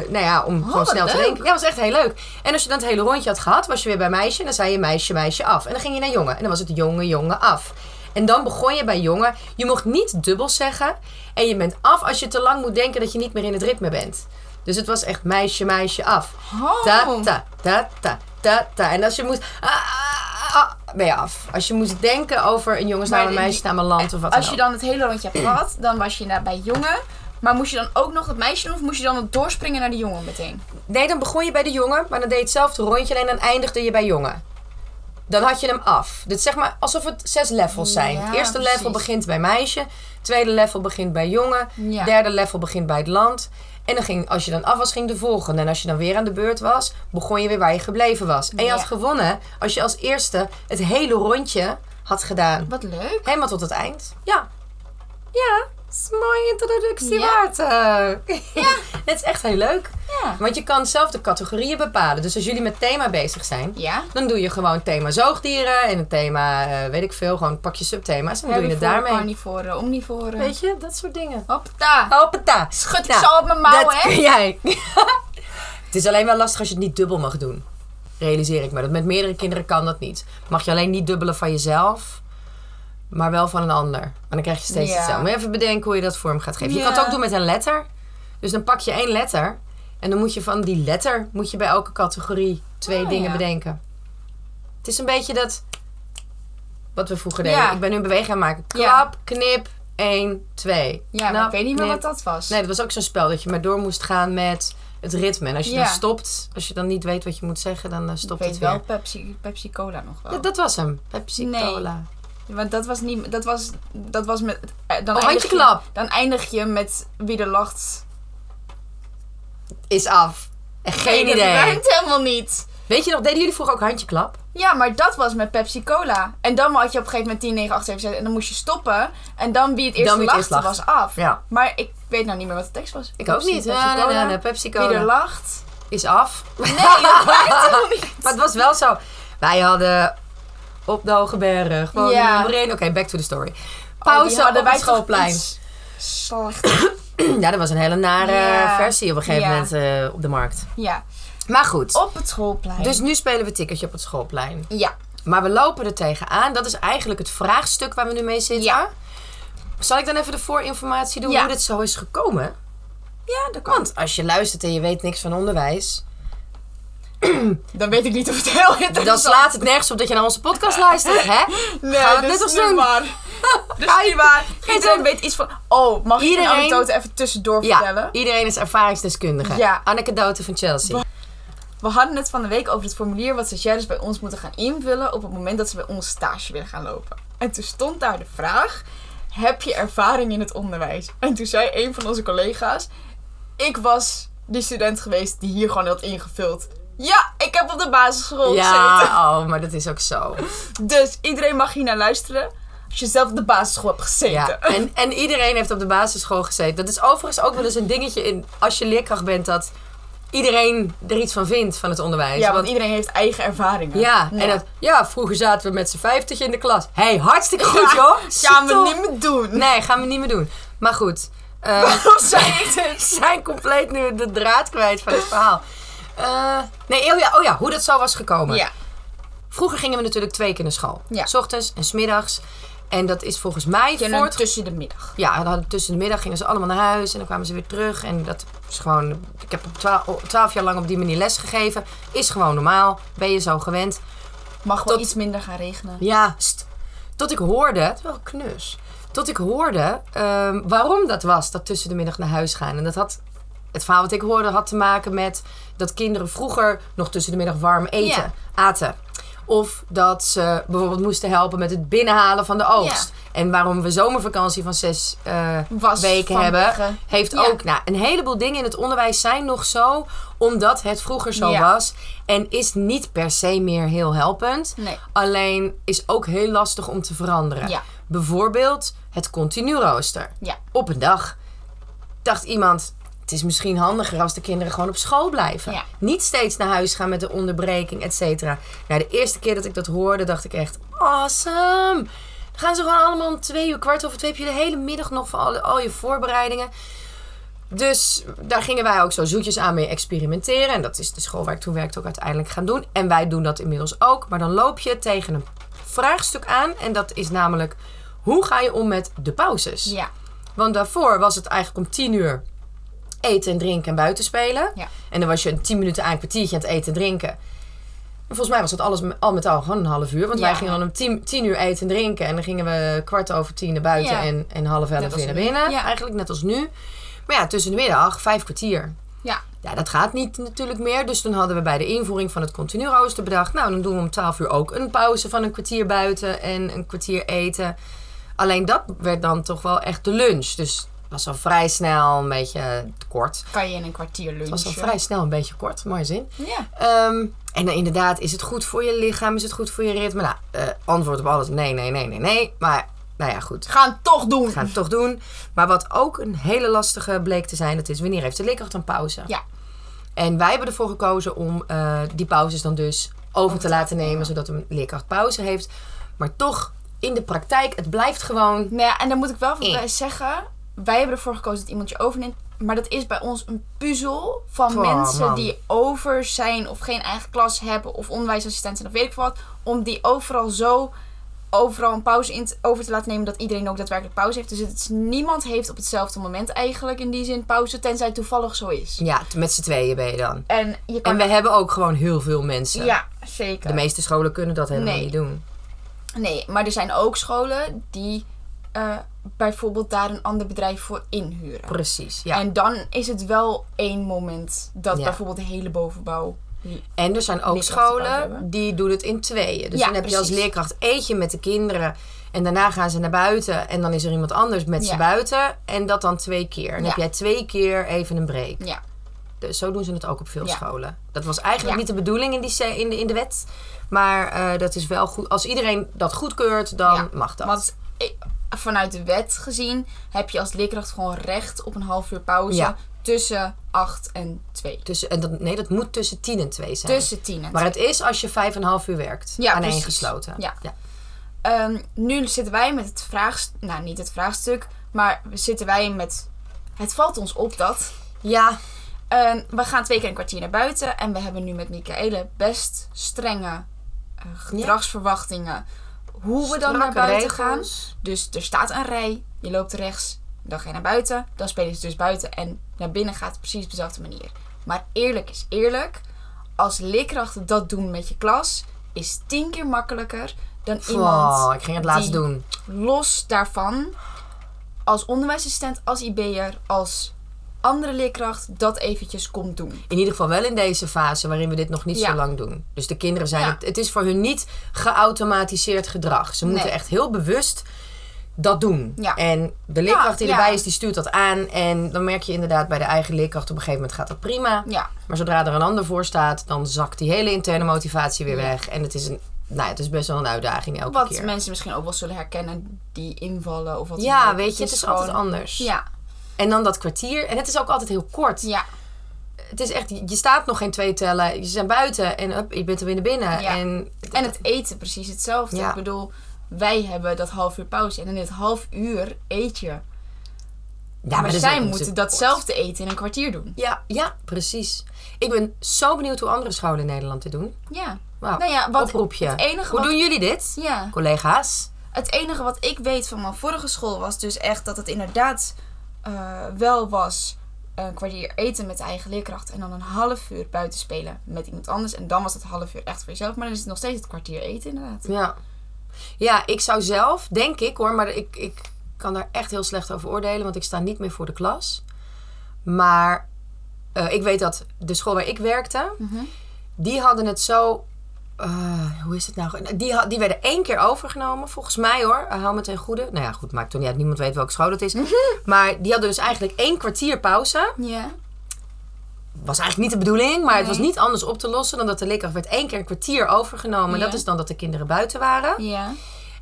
[SPEAKER 1] nou ja, om gewoon
[SPEAKER 2] wat
[SPEAKER 1] snel te
[SPEAKER 2] leuk.
[SPEAKER 1] denken. Ja, was echt heel leuk. En als je dan het hele rondje had gehad, was je weer bij meisje. En dan zei je meisje, meisje af. En dan ging je naar jongen. En dan was het jongen, jongen af. En dan begon je bij jongen. Je mocht niet dubbel zeggen. En je bent af als je te lang moet denken dat je niet meer in het ritme bent. Dus het was echt meisje, meisje af.
[SPEAKER 2] Oh.
[SPEAKER 1] Ta, ta, ta, ta, ta, ta. En als je moest... ah, ah, ah, ben je af. Als je moest denken over een jongensnaam,
[SPEAKER 2] Maar
[SPEAKER 1] een
[SPEAKER 2] die-
[SPEAKER 1] meisjesnaam, een land of wat
[SPEAKER 2] Als
[SPEAKER 1] dan
[SPEAKER 2] je
[SPEAKER 1] ook.
[SPEAKER 2] dan het hele rondje hebt gehad, dan was je inderdaad bij jongen. Maar moest je dan ook nog het meisje doen of moest je dan doorspringen naar de jongen meteen?
[SPEAKER 1] Nee, dan begon je bij de jongen, maar dan deed je hetzelfde rondje en dan eindigde je bij jongen. Dan had je hem af. Dit is zeg maar alsof het zes levels zijn.
[SPEAKER 2] Ja,
[SPEAKER 1] het eerste level
[SPEAKER 2] precies.
[SPEAKER 1] begint bij meisje, tweede level begint bij jongen,
[SPEAKER 2] Ja.
[SPEAKER 1] derde level begint bij het land. En dan ging, als je dan af was, ging de volgende. En als je dan weer aan de beurt was, begon je weer waar je gebleven was. En je
[SPEAKER 2] Ja.
[SPEAKER 1] had gewonnen als je als eerste het hele rondje had gedaan.
[SPEAKER 2] Wat leuk.
[SPEAKER 1] Helemaal tot het eind. Ja. Ja, dat is een mooie introductie
[SPEAKER 2] Ja.
[SPEAKER 1] waard. eh. Dit is echt heel leuk.
[SPEAKER 2] Ja.
[SPEAKER 1] Want je kan zelf de categorieën bepalen. Dus als jullie met thema bezig zijn,
[SPEAKER 2] Ja.
[SPEAKER 1] dan doe je gewoon thema zoogdieren en het thema, eh, weet ik veel, gewoon pak je subthema's en dan doe je het
[SPEAKER 2] Herbivoren,
[SPEAKER 1] daarmee.
[SPEAKER 2] Carnivoren, omnivoren.
[SPEAKER 1] Weet je, dat soort dingen.
[SPEAKER 2] Hopta.
[SPEAKER 1] Hoppata.
[SPEAKER 2] Schud ik
[SPEAKER 1] Nou,
[SPEAKER 2] zo op mijn mouwen,
[SPEAKER 1] dat
[SPEAKER 2] hè?
[SPEAKER 1] kun jij. het is alleen wel lastig als je het niet dubbel mag doen. Realiseer ik me. Dat met meerdere kinderen kan dat niet. Mag je alleen niet dubbelen van jezelf, maar wel van een ander. Maar dan krijg je steeds
[SPEAKER 2] Ja.
[SPEAKER 1] hetzelfde. Moet je even bedenken hoe je dat vorm gaat geven. Je
[SPEAKER 2] Ja.
[SPEAKER 1] kan het ook doen met een letter. Dus dan pak je één letter. En dan moet je van die letter moet je bij elke categorie twee
[SPEAKER 2] Oh,
[SPEAKER 1] dingen
[SPEAKER 2] ja.
[SPEAKER 1] bedenken. Het is een beetje dat Wat we vroeger deden.
[SPEAKER 2] Ja.
[SPEAKER 1] Ik ben nu een beweging aan het maken. Klap,
[SPEAKER 2] Ja.
[SPEAKER 1] knip, 1, 2.
[SPEAKER 2] Ja, maar ik weet niet meer wat dat
[SPEAKER 1] Nou,
[SPEAKER 2] was.
[SPEAKER 1] Nee, dat was ook zo'n spel dat je maar door moest gaan met het ritme. En als je
[SPEAKER 2] Ja.
[SPEAKER 1] dan stopt, als je dan niet weet wat je moet zeggen, dan eh, stopt
[SPEAKER 2] ik
[SPEAKER 1] het
[SPEAKER 2] weet
[SPEAKER 1] weer.
[SPEAKER 2] wel Pepsi, Pepsi Cola nog wel.
[SPEAKER 1] Ja, dat was hem. Pepsi
[SPEAKER 2] Nee.
[SPEAKER 1] Cola.
[SPEAKER 2] Want dat was niet. Dat was. Dat was met. eh, Dan
[SPEAKER 1] Oh,
[SPEAKER 2] eindig je-
[SPEAKER 1] handjeklap.
[SPEAKER 2] Dan eindig je met wie er lacht.
[SPEAKER 1] Is af. Echt geen
[SPEAKER 2] Nee,
[SPEAKER 1] idee.
[SPEAKER 2] Dat ruimt helemaal niet.
[SPEAKER 1] Weet je nog, deden jullie vroeger ook handjeklap?
[SPEAKER 2] Ja, maar dat was met Pepsi Cola. En dan had je op een gegeven moment 10, 9, 8, 7, 6. En dan moest je stoppen. En dan wie het eerst
[SPEAKER 1] Dan wie het
[SPEAKER 2] lachte
[SPEAKER 1] eerst
[SPEAKER 2] was af.
[SPEAKER 1] Ja.
[SPEAKER 2] Maar ik weet nou niet meer wat de tekst was.
[SPEAKER 1] Ik ook niet. Ja, nee, nee, nee, Pepsi Cola.
[SPEAKER 2] Wie er lacht.
[SPEAKER 1] Is af.
[SPEAKER 2] Nee, dat ruimt helemaal niet.
[SPEAKER 1] Maar het was wel zo. Wij hadden op de Hoge Berg. Gewoon
[SPEAKER 2] Ja.
[SPEAKER 1] nummer één. Oké, back to the story.
[SPEAKER 2] Oh, die
[SPEAKER 1] Pauze
[SPEAKER 2] hadden
[SPEAKER 1] op het
[SPEAKER 2] wij toch
[SPEAKER 1] schoolplein.
[SPEAKER 2] iets Slecht.
[SPEAKER 1] Ja, dat was een hele nare
[SPEAKER 2] Ja.
[SPEAKER 1] versie op een gegeven
[SPEAKER 2] Ja. Oh.
[SPEAKER 1] moment eh, op de markt.
[SPEAKER 2] Ja,
[SPEAKER 1] Maar goed.
[SPEAKER 2] op het schoolplein.
[SPEAKER 1] Dus nu spelen we tikkertje op het schoolplein.
[SPEAKER 2] ja.
[SPEAKER 1] Maar we lopen er tegenaan. Dat is eigenlijk het vraagstuk waar we nu mee zitten.
[SPEAKER 2] Ja.
[SPEAKER 1] Zal ik dan even de voorinformatie doen
[SPEAKER 2] Ja.
[SPEAKER 1] hoe dit zo is gekomen?
[SPEAKER 2] Ja, dat kan.
[SPEAKER 1] Want als je luistert en je weet niks van onderwijs,
[SPEAKER 2] Dan weet ik niet of het heel interessant
[SPEAKER 1] dan slaat het nergens op dat je naar onze podcast luistert, hè? Gaan
[SPEAKER 2] Nee,
[SPEAKER 1] we het
[SPEAKER 2] dat
[SPEAKER 1] net
[SPEAKER 2] is
[SPEAKER 1] als
[SPEAKER 2] niet
[SPEAKER 1] doen?
[SPEAKER 2] waar. Dat is niet waar. Iedereen
[SPEAKER 1] zo-
[SPEAKER 2] weet iets van... Oh, mag ik
[SPEAKER 1] Iedereen-
[SPEAKER 2] een anekdote even tussendoor vertellen?
[SPEAKER 1] Ja, iedereen is ervaringsdeskundige.
[SPEAKER 2] Ja.
[SPEAKER 1] Anekdote van Chelsea.
[SPEAKER 2] We hadden het van de week over het formulier wat stagiaires bij ons moeten gaan invullen op het moment dat ze bij ons stage willen gaan lopen. En toen stond daar de vraag: heb je ervaring in het onderwijs? En toen zei een van onze collega's: ik was die student geweest die hier gewoon had ingevuld. Ja, ik heb op de basisschool
[SPEAKER 1] Ja,
[SPEAKER 2] gezeten.
[SPEAKER 1] oh, maar dat is ook zo.
[SPEAKER 2] Dus iedereen mag hier naar luisteren als je zelf op de basisschool hebt gezeten.
[SPEAKER 1] Ja. En, en iedereen heeft op de basisschool gezeten. Dat is overigens ook wel eens een dingetje in, als je leerkracht bent dat iedereen er iets van vindt van het onderwijs.
[SPEAKER 2] Ja, want
[SPEAKER 1] Want-
[SPEAKER 2] iedereen heeft eigen ervaringen.
[SPEAKER 1] Dus ja, en dat, ja, vroeger zaten we met z'n vijftig in de klas. Hé, hey, hartstikke goed joh.
[SPEAKER 2] Gaan we
[SPEAKER 1] Tof.
[SPEAKER 2] niet meer doen.
[SPEAKER 1] Nee, gaan we niet meer doen. Maar goed, eh,
[SPEAKER 2] Of zei ik dit?
[SPEAKER 1] we zijn compleet nu de draad kwijt van het verhaal. Eh, nee, oh ja, oh ja, hoe dat zo was gekomen.
[SPEAKER 2] Ja.
[SPEAKER 1] Vroeger gingen we natuurlijk twee keer naar school.
[SPEAKER 2] Ja.
[SPEAKER 1] S ochtends en 's middags. En dat is volgens mij
[SPEAKER 2] Je
[SPEAKER 1] voortge-
[SPEAKER 2] tussen de middag.
[SPEAKER 1] Ja, dan hadden- tussen de middag gingen ze allemaal naar huis en dan kwamen ze weer terug. En dat is gewoon. Ik heb op twa- op twaalf jaar lang op die manier les gegeven. Is gewoon normaal. Ben je zo gewend.
[SPEAKER 2] Mag wel
[SPEAKER 1] Tot-
[SPEAKER 2] iets minder gaan regenen.
[SPEAKER 1] Ja, st- tot ik hoorde. Het is wel knus. Tot ik hoorde ehm, waarom dat was, dat tussen de middag naar huis gaan. En dat had. Het verhaal wat ik hoorde had te maken met dat kinderen vroeger nog tussen de middag warm eten,
[SPEAKER 2] Ja.
[SPEAKER 1] aten. Of dat ze bijvoorbeeld moesten helpen met het binnenhalen van de oogst. En waarom we zomervakantie van zes eh,
[SPEAKER 2] Was
[SPEAKER 1] weken
[SPEAKER 2] vanmorgen.
[SPEAKER 1] hebben. Heeft
[SPEAKER 2] Ja.
[SPEAKER 1] ook, nou, een heleboel dingen in het onderwijs zijn nog zo, omdat het vroeger zo
[SPEAKER 2] Ja.
[SPEAKER 1] was. En is niet per se meer heel helpend.
[SPEAKER 2] Nee.
[SPEAKER 1] Alleen is ook heel lastig om te veranderen.
[SPEAKER 2] Ja.
[SPEAKER 1] Bijvoorbeeld het continu rooster.
[SPEAKER 2] Ja.
[SPEAKER 1] Op een dag dacht iemand, het is misschien handiger als de kinderen gewoon op school blijven.
[SPEAKER 2] Ja.
[SPEAKER 1] Niet steeds naar huis gaan met de onderbreking, et cetera. Nou, de eerste keer dat ik dat hoorde, dacht ik echt, awesome. Dan gaan ze gewoon allemaal om twee uur, kwart over twee, heb je de hele middag nog voor al, al je voorbereidingen. Dus daar gingen wij ook zo zoetjes aan mee experimenteren. En dat is de school waar ik toen werkte ook uiteindelijk gaan doen. En wij doen dat inmiddels ook. Maar dan loop je tegen een vraagstuk aan. En dat is namelijk, hoe ga je om met de pauzes?
[SPEAKER 2] Ja.
[SPEAKER 1] Want daarvoor was het eigenlijk om tien uur eten en drinken en buiten spelen.
[SPEAKER 2] Ja.
[SPEAKER 1] En dan was je een tien minuten aan een kwartiertje aan het eten en drinken. En volgens mij was dat alles me- al met al gewoon een half uur. Want
[SPEAKER 2] Ja.
[SPEAKER 1] wij gingen dan om tien, tien uur eten en drinken. En dan gingen we kwart over tien naar buiten
[SPEAKER 2] Ja.
[SPEAKER 1] en, en half
[SPEAKER 2] Net
[SPEAKER 1] elf
[SPEAKER 2] als
[SPEAKER 1] weer naar
[SPEAKER 2] nu.
[SPEAKER 1] binnen.
[SPEAKER 2] Ja.
[SPEAKER 1] Eigenlijk net als nu. Maar ja, tussen de middag vijf kwartier.
[SPEAKER 2] Ja.
[SPEAKER 1] Ja, dat gaat niet natuurlijk meer. Dus toen hadden we bij de invoering van het continu rooster bedacht... nou, dan doen we om 12 uur ook een pauze van een kwartier buiten en een kwartier eten. Alleen dat werd dan toch wel echt de lunch. Dus het was al vrij snel een beetje kort.
[SPEAKER 2] Kan je in een kwartier lunchen.
[SPEAKER 1] Het was al vrij snel een beetje kort, mooie zin.
[SPEAKER 2] Ja.
[SPEAKER 1] Ehm, en dan inderdaad, is het goed voor je lichaam? Is het goed voor je ritme? Nou, eh, antwoord op alles, nee, nee, nee, nee, nee. Maar, nou ja, goed.
[SPEAKER 2] Gaan toch doen.
[SPEAKER 1] We gaan het toch doen. Maar wat ook een hele lastige bleek te zijn, dat is wanneer heeft de leerkracht een pauze?
[SPEAKER 2] Ja.
[SPEAKER 1] En wij hebben ervoor gekozen om eh, die pauzes dan dus over te laten nemen, zodat een leerkracht pauze heeft. Maar toch, in de praktijk, het blijft gewoon.
[SPEAKER 2] Nou ja, en dan moet ik wel
[SPEAKER 1] Ik.
[SPEAKER 2] bij zeggen. Wij hebben ervoor gekozen dat iemand je overneemt. Maar dat is bij ons een puzzel van
[SPEAKER 1] Oh,
[SPEAKER 2] mensen
[SPEAKER 1] man.
[SPEAKER 2] die over zijn of geen eigen klas hebben of onderwijsassistent zijn of weet ik wat. Om die overal zo overal een pauze in te- over te laten nemen dat iedereen ook daadwerkelijk pauze heeft. Dus het is, niemand heeft op hetzelfde moment eigenlijk in die zin pauze, tenzij het toevallig zo is.
[SPEAKER 1] Ja, met z'n tweeën ben je dan.
[SPEAKER 2] En je kan...
[SPEAKER 1] En we hebben ook gewoon heel veel mensen.
[SPEAKER 2] ja, zeker.
[SPEAKER 1] De meeste scholen kunnen dat helemaal
[SPEAKER 2] Nee.
[SPEAKER 1] niet doen.
[SPEAKER 2] Nee, maar er zijn ook scholen die eh, bijvoorbeeld daar een ander bedrijf voor inhuren.
[SPEAKER 1] Precies, ja. En,
[SPEAKER 2] En dan is het wel één moment dat
[SPEAKER 1] Ja.
[SPEAKER 2] bijvoorbeeld de hele bovenbouw.
[SPEAKER 1] er zijn ook
[SPEAKER 2] Leerkrachten
[SPEAKER 1] scholen
[SPEAKER 2] hebben.
[SPEAKER 1] die doen het in tweeën. Dus
[SPEAKER 2] Ja,
[SPEAKER 1] dan heb je als
[SPEAKER 2] precies.
[SPEAKER 1] leerkracht eet je met de kinderen. En daarna gaan ze naar buiten. En dan is er iemand anders met ze
[SPEAKER 2] Ja.
[SPEAKER 1] buiten. En dat dan twee keer. Dan
[SPEAKER 2] Ja.
[SPEAKER 1] heb jij twee keer even een break.
[SPEAKER 2] Ja.
[SPEAKER 1] Dus zo doen ze het ook op veel
[SPEAKER 2] Ja.
[SPEAKER 1] scholen. Dat was eigenlijk
[SPEAKER 2] Ja.
[SPEAKER 1] niet de bedoeling in, die, se- in, de, in de wet. Maar eh, dat is wel goed. Als iedereen dat goedkeurt, dan
[SPEAKER 2] Ja,
[SPEAKER 1] mag dat.
[SPEAKER 2] Want ik- vanuit de wet gezien heb je als leerkracht gewoon recht op een half uur pauze
[SPEAKER 1] Ja.
[SPEAKER 2] tussen 8 en 2.
[SPEAKER 1] Tussen, en dat, nee, dat moet tussen tien en twee zijn.
[SPEAKER 2] Tussen 10 en
[SPEAKER 1] maar
[SPEAKER 2] 2.
[SPEAKER 1] het is als je vijf en een half uur werkt.
[SPEAKER 2] Dus- Ja,
[SPEAKER 1] aan één
[SPEAKER 2] precies.
[SPEAKER 1] gesloten.
[SPEAKER 2] Ja. Ehm, nu zitten wij met het vraagstuk, nou niet het vraagstuk, maar we zitten wij met. Het valt ons op dat.
[SPEAKER 1] ja,
[SPEAKER 2] Ehm, we gaan twee keer een kwartier naar buiten en we hebben nu met Michaele best strenge eh, gedragsverwachtingen. Hoe we dan naar
[SPEAKER 1] Strakke
[SPEAKER 2] buiten
[SPEAKER 1] regels.
[SPEAKER 2] gaan. Dus er staat een rij, je loopt rechts, dan ga je naar buiten, dan spelen ze dus buiten en naar binnen gaat het precies op dezelfde manier. Maar eerlijk is eerlijk, als leerkrachten dat doen met je klas, is tien keer makkelijker dan iemand
[SPEAKER 1] Oh, ik ging het laatst
[SPEAKER 2] die-
[SPEAKER 1] doen.
[SPEAKER 2] los daarvan als onderwijsassistent, als IB'er, als andere leerkracht dat eventjes komt doen.
[SPEAKER 1] In ieder geval wel in deze fase waarin we dit nog niet zo
[SPEAKER 2] Ja.
[SPEAKER 1] lang doen. Dus de kinderen zijn...
[SPEAKER 2] Ja.
[SPEAKER 1] Het, het is voor hun niet geautomatiseerd gedrag. Ze moeten
[SPEAKER 2] Nee.
[SPEAKER 1] echt heel bewust dat doen.
[SPEAKER 2] Ja.
[SPEAKER 1] En de leerkracht die
[SPEAKER 2] ja.
[SPEAKER 1] erbij is, die stuurt dat aan. En dan merk je inderdaad bij de eigen leerkracht... op een gegeven moment gaat dat prima.
[SPEAKER 2] Ja,
[SPEAKER 1] Maar zodra er een ander voor staat... dan zakt die hele interne motivatie weer weg. En het is, een, nou, ja, het is best wel een uitdaging elke
[SPEAKER 2] wat
[SPEAKER 1] keer.
[SPEAKER 2] mensen misschien ook wel zullen herkennen die invallen of wat dan
[SPEAKER 1] Ja,
[SPEAKER 2] ook.
[SPEAKER 1] weet je, het is altijd
[SPEAKER 2] gewoon-
[SPEAKER 1] anders.
[SPEAKER 2] Ja,
[SPEAKER 1] En dan dat kwartier. En het is ook altijd heel kort.
[SPEAKER 2] ja,
[SPEAKER 1] Het is echt, je staat nog geen twee tellen. Je zijn buiten en hup, je bent er weer naar binnen.
[SPEAKER 2] Ja.
[SPEAKER 1] En,
[SPEAKER 2] en het eten precies hetzelfde.
[SPEAKER 1] Ja.
[SPEAKER 2] Ik bedoel, wij hebben dat half uur pauze en in dit half uur eet je.
[SPEAKER 1] ja,
[SPEAKER 2] maar
[SPEAKER 1] dat is
[SPEAKER 2] zij
[SPEAKER 1] ook
[SPEAKER 2] moeten
[SPEAKER 1] natuurlijk kort.
[SPEAKER 2] datzelfde eten in een kwartier doen.
[SPEAKER 1] Ja, ja, precies. Ik ben zo benieuwd hoe andere scholen in Nederland dit doen.
[SPEAKER 2] Ja.
[SPEAKER 1] Wauw.
[SPEAKER 2] Nou ja, wat
[SPEAKER 1] Oproepje.
[SPEAKER 2] het enige
[SPEAKER 1] hoe
[SPEAKER 2] wat-
[SPEAKER 1] doen jullie dit?
[SPEAKER 2] Ja.
[SPEAKER 1] Collega's?
[SPEAKER 2] Het enige wat ik weet van mijn vorige school was dus echt dat het inderdaad eh, wel was een kwartier eten met de eigen leerkracht en dan een half uur buiten spelen met iemand anders. En dan was dat half uur echt voor jezelf, maar dan is het nog steeds het kwartier eten inderdaad.
[SPEAKER 1] Ja. Ja, ik zou zelf, denk ik hoor, maar ik, ik kan daar echt heel slecht over oordelen, want ik sta niet meer voor de klas. Maar eh, ik weet dat de school waar ik werkte,
[SPEAKER 2] Mhm.
[SPEAKER 1] die hadden het zo. eh, hoe is het nou? ge- Die, had- die werden één keer overgenomen, volgens mij hoor. Eh, hou me ten goede. Nou ja, goed, maakt toch niet uit. Niemand weet welke school het
[SPEAKER 2] Mhm.
[SPEAKER 1] is. Maar die hadden dus eigenlijk één kwartier pauze
[SPEAKER 2] Ja.
[SPEAKER 1] was eigenlijk niet de bedoeling, maar het was
[SPEAKER 2] Nee.
[SPEAKER 1] niet anders op te lossen dan dat de leerkracht werd één keer een kwartier overgenomen. En
[SPEAKER 2] Ja.
[SPEAKER 1] dat is dan dat de kinderen buiten waren.
[SPEAKER 2] Ja.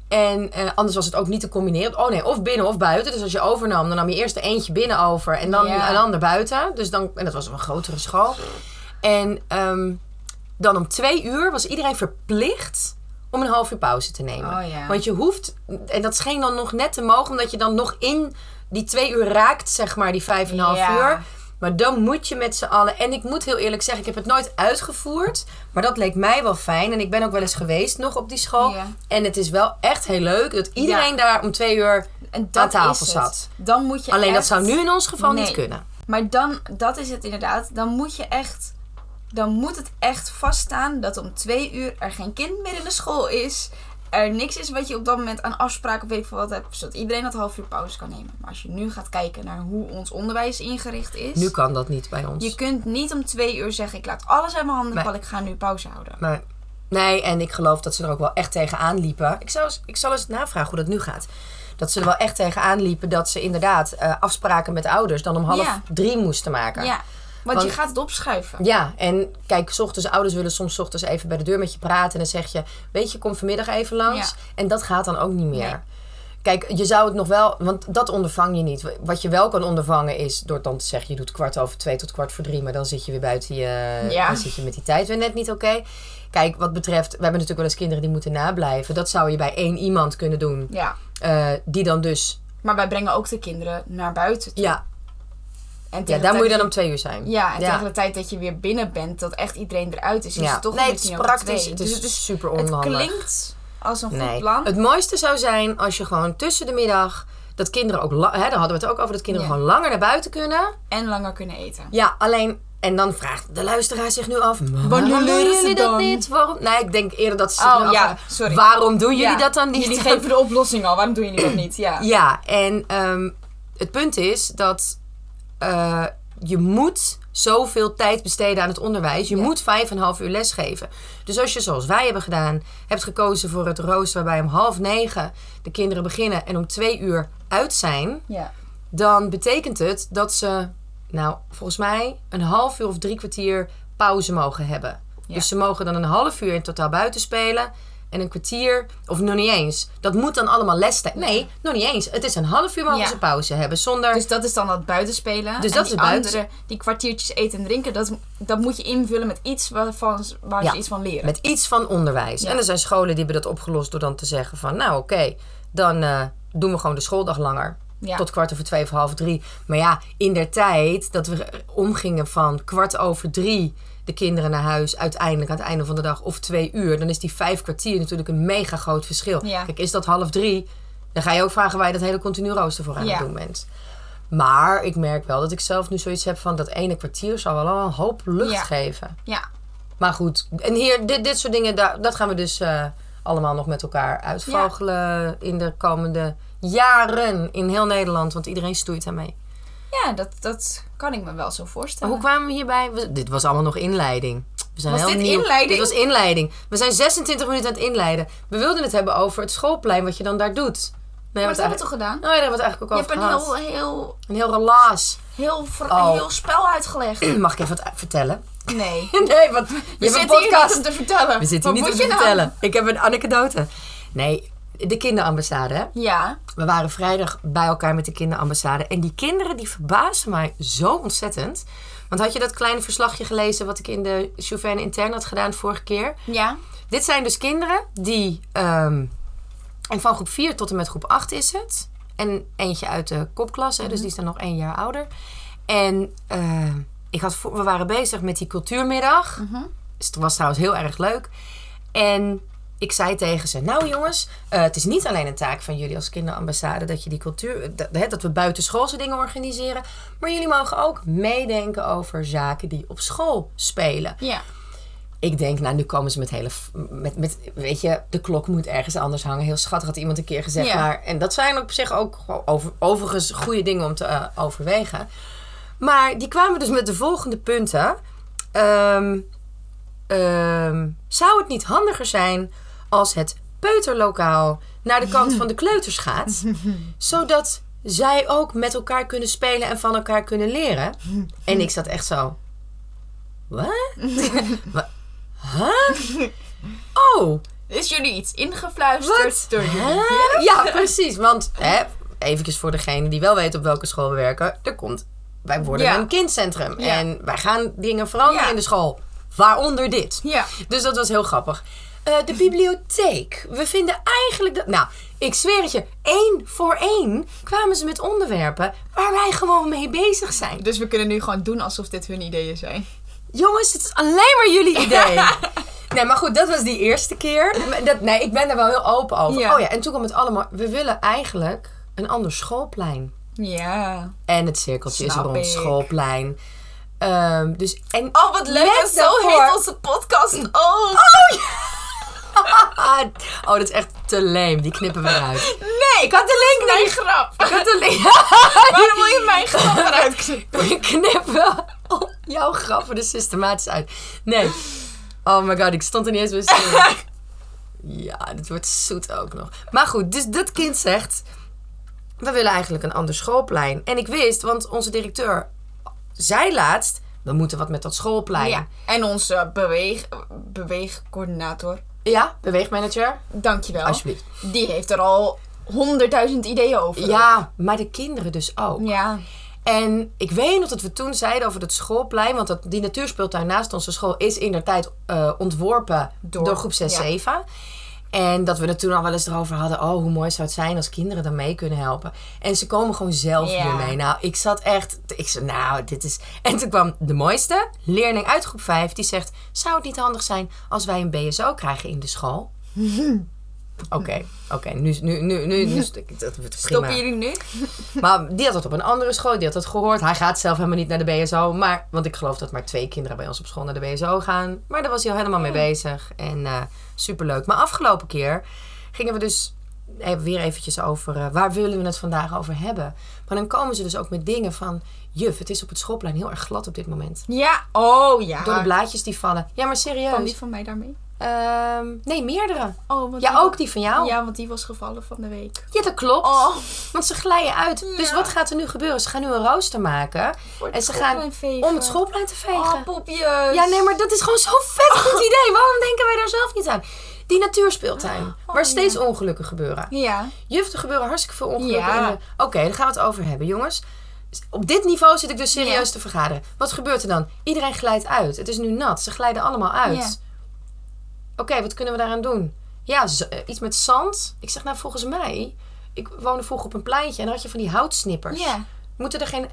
[SPEAKER 1] En eh, anders was het ook niet te combineren. Oh nee, of binnen of buiten. Dus als je overnam, dan nam je eerst de eentje binnen over en dan
[SPEAKER 2] Ja.
[SPEAKER 1] een ander buiten. Dus dan, en dat was een grotere school. En ehm, dan om twee uur was iedereen verplicht om een half uur pauze te nemen.
[SPEAKER 2] Oh ja.
[SPEAKER 1] Want je hoeft, en dat scheen dan nog net te mogen, omdat je dan nog in die twee uur raakt, zeg maar, die vijf en een half
[SPEAKER 2] Ja.
[SPEAKER 1] uur. Maar dan moet je met z'n allen. En ik moet heel eerlijk zeggen, ik heb het nooit uitgevoerd. Maar dat leek mij wel fijn. En ik ben ook wel eens geweest nog op die school.
[SPEAKER 2] Ja.
[SPEAKER 1] En het is wel echt heel leuk dat iedereen daar om twee uur
[SPEAKER 2] En
[SPEAKER 1] aan
[SPEAKER 2] dat
[SPEAKER 1] tafel
[SPEAKER 2] is het.
[SPEAKER 1] zat.
[SPEAKER 2] Dan moet je
[SPEAKER 1] Alleen dat
[SPEAKER 2] echt-
[SPEAKER 1] zou nu in ons geval niet
[SPEAKER 2] Nee.
[SPEAKER 1] kunnen.
[SPEAKER 2] Maar dan, dat is het inderdaad. Dan moet je echt. Dan moet het echt vaststaan dat om twee uur er geen kind meer in de school is. Er niks is wat je op dat moment aan afspraken of weet ik veel wat hebt. Zodat iedereen dat half uur pauze kan nemen. Maar als je nu gaat kijken naar hoe ons onderwijs ingericht is.
[SPEAKER 1] Nu kan dat niet bij ons.
[SPEAKER 2] je kunt niet om twee uur zeggen: ik laat alles uit mijn handen
[SPEAKER 1] Nee.
[SPEAKER 2] vallen, ik ga nu pauze houden.
[SPEAKER 1] Maar, nee, en ik geloof dat ze er ook wel echt tegenaan liepen. Ik, zou, eens- ik zal eens navragen hoe dat nu gaat. Dat ze er wel echt tegenaan liepen dat ze inderdaad eh, afspraken met ouders dan om half
[SPEAKER 2] Ja.
[SPEAKER 1] drie moesten maken.
[SPEAKER 2] Ja, want,
[SPEAKER 1] Want-
[SPEAKER 2] je gaat het opschuiven.
[SPEAKER 1] Ja, en kijk, 's ochtends, ouders willen soms 's ochtends even bij de deur met je praten. En dan zeg je, weet je, kom vanmiddag even langs.
[SPEAKER 2] Ja.
[SPEAKER 1] En dat gaat dan ook niet meer.
[SPEAKER 2] Nee.
[SPEAKER 1] Kijk, je zou het nog wel, want dat ondervang je niet. Wat je wel kan ondervangen is door dan te zeggen, je doet kwart over twee tot kwart voor drie. Maar dan zit je weer buiten je,
[SPEAKER 2] Ja.
[SPEAKER 1] dan zit je met die tijd weer net niet oké. Kijk, wat betreft, we hebben natuurlijk wel eens kinderen die moeten nablijven. Dat zou je bij één iemand kunnen doen.
[SPEAKER 2] Ja.
[SPEAKER 1] eh, die dan dus,
[SPEAKER 2] Maar wij brengen ook de kinderen naar buiten. toe.
[SPEAKER 1] ja,
[SPEAKER 2] En
[SPEAKER 1] ja
[SPEAKER 2] tegen
[SPEAKER 1] daar
[SPEAKER 2] de
[SPEAKER 1] moet je
[SPEAKER 2] tijd-
[SPEAKER 1] dan om twee uur zijn.
[SPEAKER 2] Ja, en tegen de tijd dat je weer binnen bent, dat echt iedereen eruit is, is
[SPEAKER 1] Ja.
[SPEAKER 2] het toch
[SPEAKER 1] Nee,
[SPEAKER 2] een
[SPEAKER 1] het is
[SPEAKER 2] beetje
[SPEAKER 1] praktisch, het is super onhandig.
[SPEAKER 2] Dus Het klinkt als een goed
[SPEAKER 1] Nee.
[SPEAKER 2] plan.
[SPEAKER 1] Het mooiste zou zijn als je gewoon tussen de middag. Dat kinderen ook. la- Hè, daar hadden we het ook over. Dat kinderen
[SPEAKER 2] Ja.
[SPEAKER 1] gewoon langer naar buiten kunnen.
[SPEAKER 2] En langer kunnen eten.
[SPEAKER 1] Ja, alleen En dan vraagt de luisteraar zich nu af: "Maar
[SPEAKER 2] Wanneer
[SPEAKER 1] waarom doen
[SPEAKER 2] leren ze
[SPEAKER 1] jullie dat
[SPEAKER 2] dan?"
[SPEAKER 1] niet? Waarom? Nee, ik denk eerder dat ze zich nu
[SPEAKER 2] Oh ja,
[SPEAKER 1] afvragen,
[SPEAKER 2] sorry.
[SPEAKER 1] Waarom doen jullie
[SPEAKER 2] Ja,
[SPEAKER 1] dat dan niet?
[SPEAKER 2] Jullie geven de oplossing al, waarom doen jullie dat niet? Ja.
[SPEAKER 1] Ja, en ehm, het punt is dat eh, je moet zoveel tijd besteden aan het onderwijs. Je
[SPEAKER 2] Ja.
[SPEAKER 1] moet vijf en een half uur les geven. Dus als je, zoals wij hebben gedaan, hebt gekozen voor het rooster waarbij om half negen de kinderen beginnen en om twee uur uit zijn,
[SPEAKER 2] Ja.
[SPEAKER 1] dan betekent het dat ze, nou, volgens mij een half uur of drie kwartier pauze mogen hebben.
[SPEAKER 2] Ja.
[SPEAKER 1] Dus ze mogen dan een half uur in totaal buiten spelen. En een kwartier, of nog niet eens. Dat moet dan allemaal lestijd. Nee, nog niet eens. Het is een half uur mogen
[SPEAKER 2] Ja.
[SPEAKER 1] ze pauze hebben. Zonder.
[SPEAKER 2] Dus dat is dan dat buitenspelen.
[SPEAKER 1] Dus
[SPEAKER 2] En
[SPEAKER 1] dat
[SPEAKER 2] die
[SPEAKER 1] is het buiten-
[SPEAKER 2] Andere, die kwartiertjes eten en drinken, dat, dat moet je invullen met iets waarvan, waar
[SPEAKER 1] Ja.
[SPEAKER 2] ze iets van leren.
[SPEAKER 1] met iets van onderwijs.
[SPEAKER 2] Ja.
[SPEAKER 1] En er zijn scholen die hebben dat opgelost door dan te zeggen van... Nou, oké, dan eh, doen we gewoon de schooldag langer.
[SPEAKER 2] Ja.
[SPEAKER 1] Tot kwart over twee of half drie. Maar ja, in der tijd dat we omgingen van kwart over drie... de kinderen naar huis, uiteindelijk aan het einde van de dag... of twee uur, dan is die vijf kwartier natuurlijk een mega groot verschil.
[SPEAKER 2] Ja.
[SPEAKER 1] Kijk, is dat half drie... dan ga je ook vragen waar je dat hele continu rooster voor aan
[SPEAKER 2] Ja.
[SPEAKER 1] het doen bent. Maar ik merk wel dat ik zelf nu zoiets heb van... dat ene kwartier zou wel al een hoop lucht
[SPEAKER 2] Ja.
[SPEAKER 1] geven.
[SPEAKER 2] Ja.
[SPEAKER 1] Maar goed, en hier, dit, dit soort dingen, daar, dat gaan we dus eh, allemaal nog met elkaar uitvogelen in de komende jaren in heel Nederland. Want iedereen stoeit daarmee.
[SPEAKER 2] ja, dat, dat kan ik me wel zo
[SPEAKER 1] Maar
[SPEAKER 2] voorstellen.
[SPEAKER 1] hoe kwamen we hierbij? We- dit was allemaal nog inleiding. We zijn
[SPEAKER 2] Was
[SPEAKER 1] heel
[SPEAKER 2] dit
[SPEAKER 1] nieuw.
[SPEAKER 2] inleiding?
[SPEAKER 1] Dit was inleiding. We zijn 26 minuten aan het inleiden. We wilden het hebben over het schoolplein, wat je dan daar doet. Nee,
[SPEAKER 2] maar dat hebben we toch gedaan?
[SPEAKER 1] Nou ja, daar hebben we het eigenlijk
[SPEAKER 2] Je
[SPEAKER 1] ook
[SPEAKER 2] hebt
[SPEAKER 1] over
[SPEAKER 2] een
[SPEAKER 1] gehad.
[SPEAKER 2] heel, eh- heel,
[SPEAKER 1] Een heel relaas.
[SPEAKER 2] heel, ver-
[SPEAKER 1] Oh.
[SPEAKER 2] heel spel uitgelegd.
[SPEAKER 1] Mag ik even wat vertellen?
[SPEAKER 2] Nee.
[SPEAKER 1] nee, want je
[SPEAKER 2] Je
[SPEAKER 1] hebt een
[SPEAKER 2] zit hier
[SPEAKER 1] podcast.
[SPEAKER 2] niet om te vertellen.
[SPEAKER 1] We zitten
[SPEAKER 2] Wat
[SPEAKER 1] hier niet om
[SPEAKER 2] moet
[SPEAKER 1] te
[SPEAKER 2] je nou?
[SPEAKER 1] vertellen. Ik heb een anekdote. Nee, de kinderambassade. Hè?
[SPEAKER 2] Ja.
[SPEAKER 1] We waren vrijdag bij elkaar met de kinderambassade. En die kinderen die verbazen mij zo ontzettend. Want had je dat kleine verslagje gelezen wat ik in de Chauvin intern had gedaan vorige keer?
[SPEAKER 2] Ja.
[SPEAKER 1] Dit zijn dus kinderen die... ehm, en van groep 4 tot en met groep 8 is het. En eentje uit de kopklasse, hè, dus die is dan nog één jaar ouder. En eh, ik had, voor- we waren bezig met die cultuurmiddag. Dus het was trouwens heel erg leuk. En ik zei tegen ze, nou jongens, eh, het is niet alleen een taak van jullie als kinderambassade dat je die cultuur, dat, hè, dat we buitenschoolse dingen organiseren, maar jullie mogen ook meedenken over zaken die op school spelen.
[SPEAKER 2] Ja.
[SPEAKER 1] Ik denk, nou, nu komen ze met hele. f- Met, met, weet je, de klok moet ergens anders hangen. Heel schattig had iemand een keer gezegd.
[SPEAKER 2] Ja.
[SPEAKER 1] Maar, en dat zijn op zich ook gewoon over, overigens goede dingen om te eh, overwegen. Maar die kwamen dus met de volgende punten. Ehm, ehm, zou het niet handiger zijn als het peuterlokaal naar de kant van de kleuters gaat? zodat zij ook met elkaar kunnen spelen en van elkaar kunnen leren? En ik zat echt zo. Wat? Wa- Huh? Oh,
[SPEAKER 2] Is jullie iets ingefluisterd
[SPEAKER 1] Wat?
[SPEAKER 2] door jullie?
[SPEAKER 1] hè? Ja, precies. Want hè, eventjes voor degene die wel weet op welke school we werken. Er komt, wij worden
[SPEAKER 2] Ja.
[SPEAKER 1] een kindcentrum.
[SPEAKER 2] Ja.
[SPEAKER 1] En wij gaan dingen veranderen
[SPEAKER 2] Ja.
[SPEAKER 1] in de school. Waaronder dit.
[SPEAKER 2] Ja.
[SPEAKER 1] Dus dat was heel grappig. Eh, de bibliotheek. We vinden eigenlijk dat... Nou, ik zweer het je. één voor één kwamen ze met onderwerpen waar wij gewoon mee bezig zijn.
[SPEAKER 2] Dus we kunnen nu gewoon doen alsof dit hun ideeën zijn.
[SPEAKER 1] Jongens, het is alleen maar jullie idee. Nee, maar goed, dat was die eerste keer. Maar Dat, nee, ik ben daar wel heel open over.
[SPEAKER 2] Ja.
[SPEAKER 1] Oh ja, en toen kwam het allemaal... We willen eigenlijk een ander schoolplein.
[SPEAKER 2] Ja.
[SPEAKER 1] En het cirkeltje is
[SPEAKER 2] Snap
[SPEAKER 1] rond
[SPEAKER 2] ik.
[SPEAKER 1] het schoolplein. Ehm, dus, en,
[SPEAKER 2] Oh, wat leuk.
[SPEAKER 1] Let Oh,
[SPEAKER 2] En zo
[SPEAKER 1] daarvoor.
[SPEAKER 2] heet onze podcast ook.
[SPEAKER 1] Ah, oh, dat is echt te leem. Die knippen we eruit.
[SPEAKER 2] nee.
[SPEAKER 1] Ik had de link
[SPEAKER 2] Mijn
[SPEAKER 1] niet.
[SPEAKER 2] grap.
[SPEAKER 1] Ik had de link...
[SPEAKER 2] Waarom wil je mijn grap eruit knippen?
[SPEAKER 1] Ik knip wel al jouw grappen er systematisch uit. Nee. Oh my god, ik stond er niet eens bij stil. Ja, dit wordt zoet ook nog. Maar goed, dus dat kind zegt... We willen eigenlijk een ander schoolplein. En ik wist, want onze directeur zei laatst... We moeten wat met dat schoolplein.
[SPEAKER 2] Ja. En onze beweeg, beweegcoördinator.
[SPEAKER 1] ja beweegmanager.
[SPEAKER 2] Dankjewel.
[SPEAKER 1] Alsjeblieft.
[SPEAKER 2] Die heeft er al honderdduizend ideeën over.
[SPEAKER 1] Ja, maar de kinderen dus ook.
[SPEAKER 2] Ja.
[SPEAKER 1] En ik weet nog dat we toen zeiden over het schoolplein. Want dat, die natuurspeeltuin naast onze school is in der tijd eh, ontworpen door,
[SPEAKER 2] Door-
[SPEAKER 1] groep
[SPEAKER 2] ja.
[SPEAKER 1] 6-7. En dat we het toen al wel eens erover hadden. Oh, hoe mooi zou het zijn als kinderen dan mee kunnen helpen. En ze komen gewoon zelf
[SPEAKER 2] Ja.
[SPEAKER 1] hiermee. Nou, ik zat echt... Ik zei, nou, dit is... En toen kwam de mooiste leerling uit groep 5. Die zegt, zou het niet handig zijn als wij een BSO krijgen in de school? Oké, oké. Nu, nu, nu, nu, nu dat, dat wordt prima.
[SPEAKER 2] Stoppen jullie nu?
[SPEAKER 1] Maar die had het op een andere school, die had het gehoord. Hij gaat zelf helemaal niet naar de BSO. Maar, want ik geloof dat maar twee kinderen bij ons op school naar de BSO gaan. Maar daar was hij al helemaal
[SPEAKER 2] Hmm.
[SPEAKER 1] mee bezig. En eh, superleuk. Maar afgelopen keer gingen we dus eh, weer eventjes over... eh, waar willen we het vandaag over hebben? Maar dan komen ze dus ook met dingen van... Juf, het is op het schoolplein heel erg glad op dit moment.
[SPEAKER 2] Ja, oh ja.
[SPEAKER 1] Door de blaadjes die vallen. Ja, maar
[SPEAKER 2] Kwam die
[SPEAKER 1] serieus.
[SPEAKER 2] van mij daarmee?
[SPEAKER 1] Ehm, nee, meerdere.
[SPEAKER 2] Oh, want
[SPEAKER 1] Ja,
[SPEAKER 2] die-
[SPEAKER 1] ook die van jou.
[SPEAKER 2] Ja, want die was gevallen van de week.
[SPEAKER 1] Ja, dat klopt.
[SPEAKER 2] Oh,
[SPEAKER 1] Want ze glijden uit. Dus
[SPEAKER 2] Ja.
[SPEAKER 1] wat gaat er nu gebeuren? Ze gaan nu een rooster maken.
[SPEAKER 2] voor
[SPEAKER 1] En ze
[SPEAKER 2] schoolplein
[SPEAKER 1] gaan
[SPEAKER 2] vegen.
[SPEAKER 1] Om het schoolplein te vegen.
[SPEAKER 2] Oh, popjes.
[SPEAKER 1] ja, nee, maar dat is gewoon zo'n vet goed idee. Waarom denken wij daar zelf niet aan? Die natuurspeeltuin, waar steeds ongelukken gebeuren.
[SPEAKER 2] Ja.
[SPEAKER 1] Juf, er gebeuren hartstikke veel ongelukken.
[SPEAKER 2] Ja.
[SPEAKER 1] in de- Oké, daar gaan we het over hebben, jongens. Op dit niveau zit ik dus serieus te vergaderen. Wat gebeurt er dan? Iedereen glijdt uit. Het is nu nat. Ze glijden allemaal uit.
[SPEAKER 2] Ja.
[SPEAKER 1] Oké, wat kunnen we daaraan doen? Ja, z- eh, iets met zand. Ik zeg, nou, volgens mij... Ik woonde vroeger op een pleintje en dan had je van die houtsnippers.
[SPEAKER 2] Ja.
[SPEAKER 1] Moeten er geen...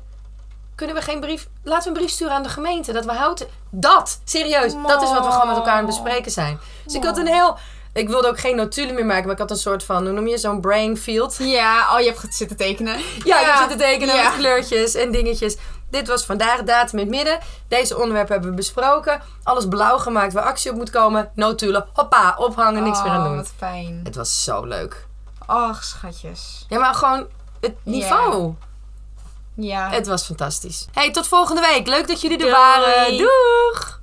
[SPEAKER 1] Kunnen we geen brief... Laten we een brief sturen aan de gemeente. Dat we houten... Dat! Serieus. Dat is wat we gewoon met elkaar aan het bespreken zijn. Dus ik had een heel... Ik wilde ook geen notulen meer maken. Maar ik had een soort van... Hoe noem je zo'n brain field?
[SPEAKER 2] Ja, oh, je hebt zitten tekenen.
[SPEAKER 1] Ja, ik heb zitten tekenen
[SPEAKER 2] Ja.
[SPEAKER 1] met kleurtjes en dingetjes. Dit was vandaag datum in het midden. Deze onderwerpen hebben we besproken. Alles blauw gemaakt waar actie op moet komen. Notulen, hoppa, ophangen, niks meer aan
[SPEAKER 2] Oh,
[SPEAKER 1] doen.
[SPEAKER 2] wat fijn.
[SPEAKER 1] Het was zo leuk.
[SPEAKER 2] Och, schatjes.
[SPEAKER 1] Ja, maar gewoon het niveau.
[SPEAKER 2] Ja.
[SPEAKER 1] Het was fantastisch. Hey, tot volgende week. Leuk dat jullie er
[SPEAKER 2] Doei.
[SPEAKER 1] waren. Doeg!